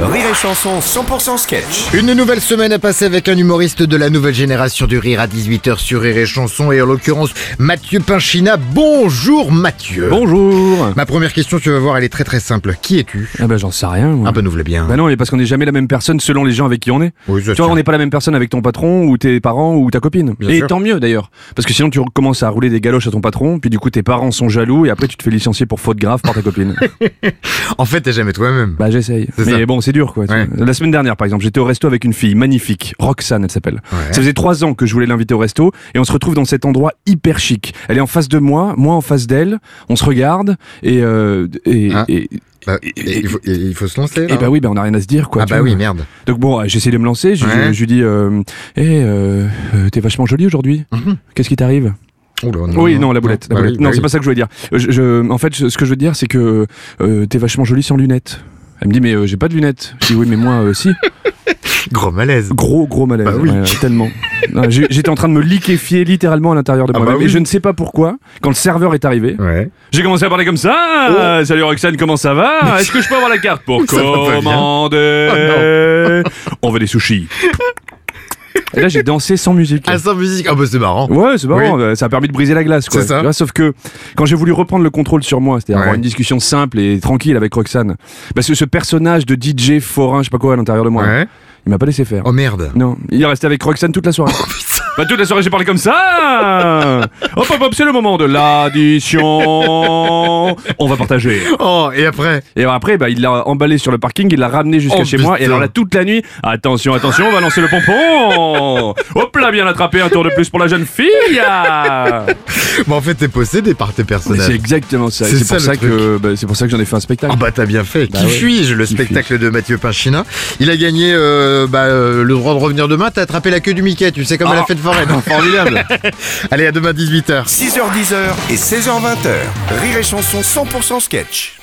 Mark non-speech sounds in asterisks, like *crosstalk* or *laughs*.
Rire et Chanson 100% sketch. Une nouvelle semaine à passer avec un humoriste de la nouvelle génération du rire à 18h sur Rire et Chanson et en l'occurrence Mathieu Pinchina. Bonjour Mathieu. Bonjour Ma première question, tu vas voir, elle est très très simple. Qui es-tu Ah bah j'en sais rien. moi. Ah bah nous voilà bien. Bah non, mais parce qu'on n'est jamais la même personne selon les gens avec qui on est. Oui, ça tu vois, tient. on n'est pas la même personne avec ton patron ou tes parents ou ta copine. Bien et sûr. tant mieux d'ailleurs, parce que sinon tu commences à rouler des galoches à ton patron, puis du coup tes parents sont jaloux et après tu te fais licencier pour faute grave par ta *laughs* copine. En fait, t'es jamais toi-même. bah j'essaye. C'est Mais ça. bon, c'est dur quoi. tu Ouais. vois. La semaine dernière par exemple, j'étais au resto avec une fille magnifique, Roxane elle s'appelle. Ouais. Ça faisait trois ans que je voulais l'inviter au resto et on se retrouve dans cet endroit hyper chic. Elle est en face de moi, moi en face d'elle, on se regarde et euh, et, Ah. et- Bah, et- il, faut, et- il faut se lancer là. et bah oui, bah on a rien à se dire quoi. ah tu bah vois. oui, merde. Donc bon, euh, j'essaie de me lancer, je, je- Ouais. je lui dis euh, Eh, euh, euh, t'es vachement jolie aujourd'hui, Mhm. qu'est-ce qui t'arrive Oula, Oui, non, la boulette. la Bah oui, boulette. bah non, oui. c'est pas ça que je voulais dire. Euh, je- je- en fait, je- ce que je veux dire, c'est que euh, t'es vachement jolie sans lunettes. Elle me dit, mais euh, j'ai pas de lunettes. Je dis, oui, mais moi, euh, si. Gros malaise. Gros, gros malaise. Bah oui. ouais, tellement. Non, j'ai- J'étais en train de me liquéfier littéralement à l'intérieur de Ah moi. bah oui. Et je ne sais pas pourquoi, quand le serveur est arrivé, Ouais. j'ai commencé à parler comme ça. Euh, Salut Roxane, comment ça *laughs* va Est-ce que je peux avoir la carte *laughs* pour Ça va pas bien. commander *laughs* On veut des sushis. Oh, Et là, j'ai dansé sans musique. Ah sans musique. Ah bah c'est marrant. Ouais, c'est marrant, euh, ça a permis de briser la glace, quoi. C'est ça. Tu vois, sauf que quand j'ai voulu reprendre le contrôle sur moi, c'est-à-dire avoir Ouais. une discussion simple et tranquille avec Roxane, bah, ce, ce personnage de DJ forain, je sais pas quoi, à l'intérieur de moi, là, Ouais. il m'a pas laissé faire. Oh merde. Non, il est resté avec Roxane toute la soirée. Oh, bah, toute la soirée, j'ai parlé comme ça Hop, hop, hop, c'est le moment de l'addition On va partager Oh et après. et après, bah, il l'a emballé sur le parking, il l'a ramené jusqu'à Oh, chez moi. Et putain. alors là, toute la nuit, attention, attention, on va lancer le pompon. Hop là, bien attrapé, un tour de plus pour la jeune fille. Bah en fait t'es possédé par tes Mais C'est personnages. exactement ça. Et C'est C'est ça, pour le ça truc. que bah, c'est pour ça que j'en ai fait un spectacle. Ah bah t'as bien fait. Bah Qui ouais. suis-je Le Qui spectacle de Mathieu Pinchina. Il a gagné euh, bah, euh, le droit de revenir demain. T'as attrapé la queue du Mickey. Tu sais comme Ah. à la fête *laughs* foraine. Formidable. Allez à demain 18h. 6h10h et 16h20h. Rire et Chanson 100% sketch.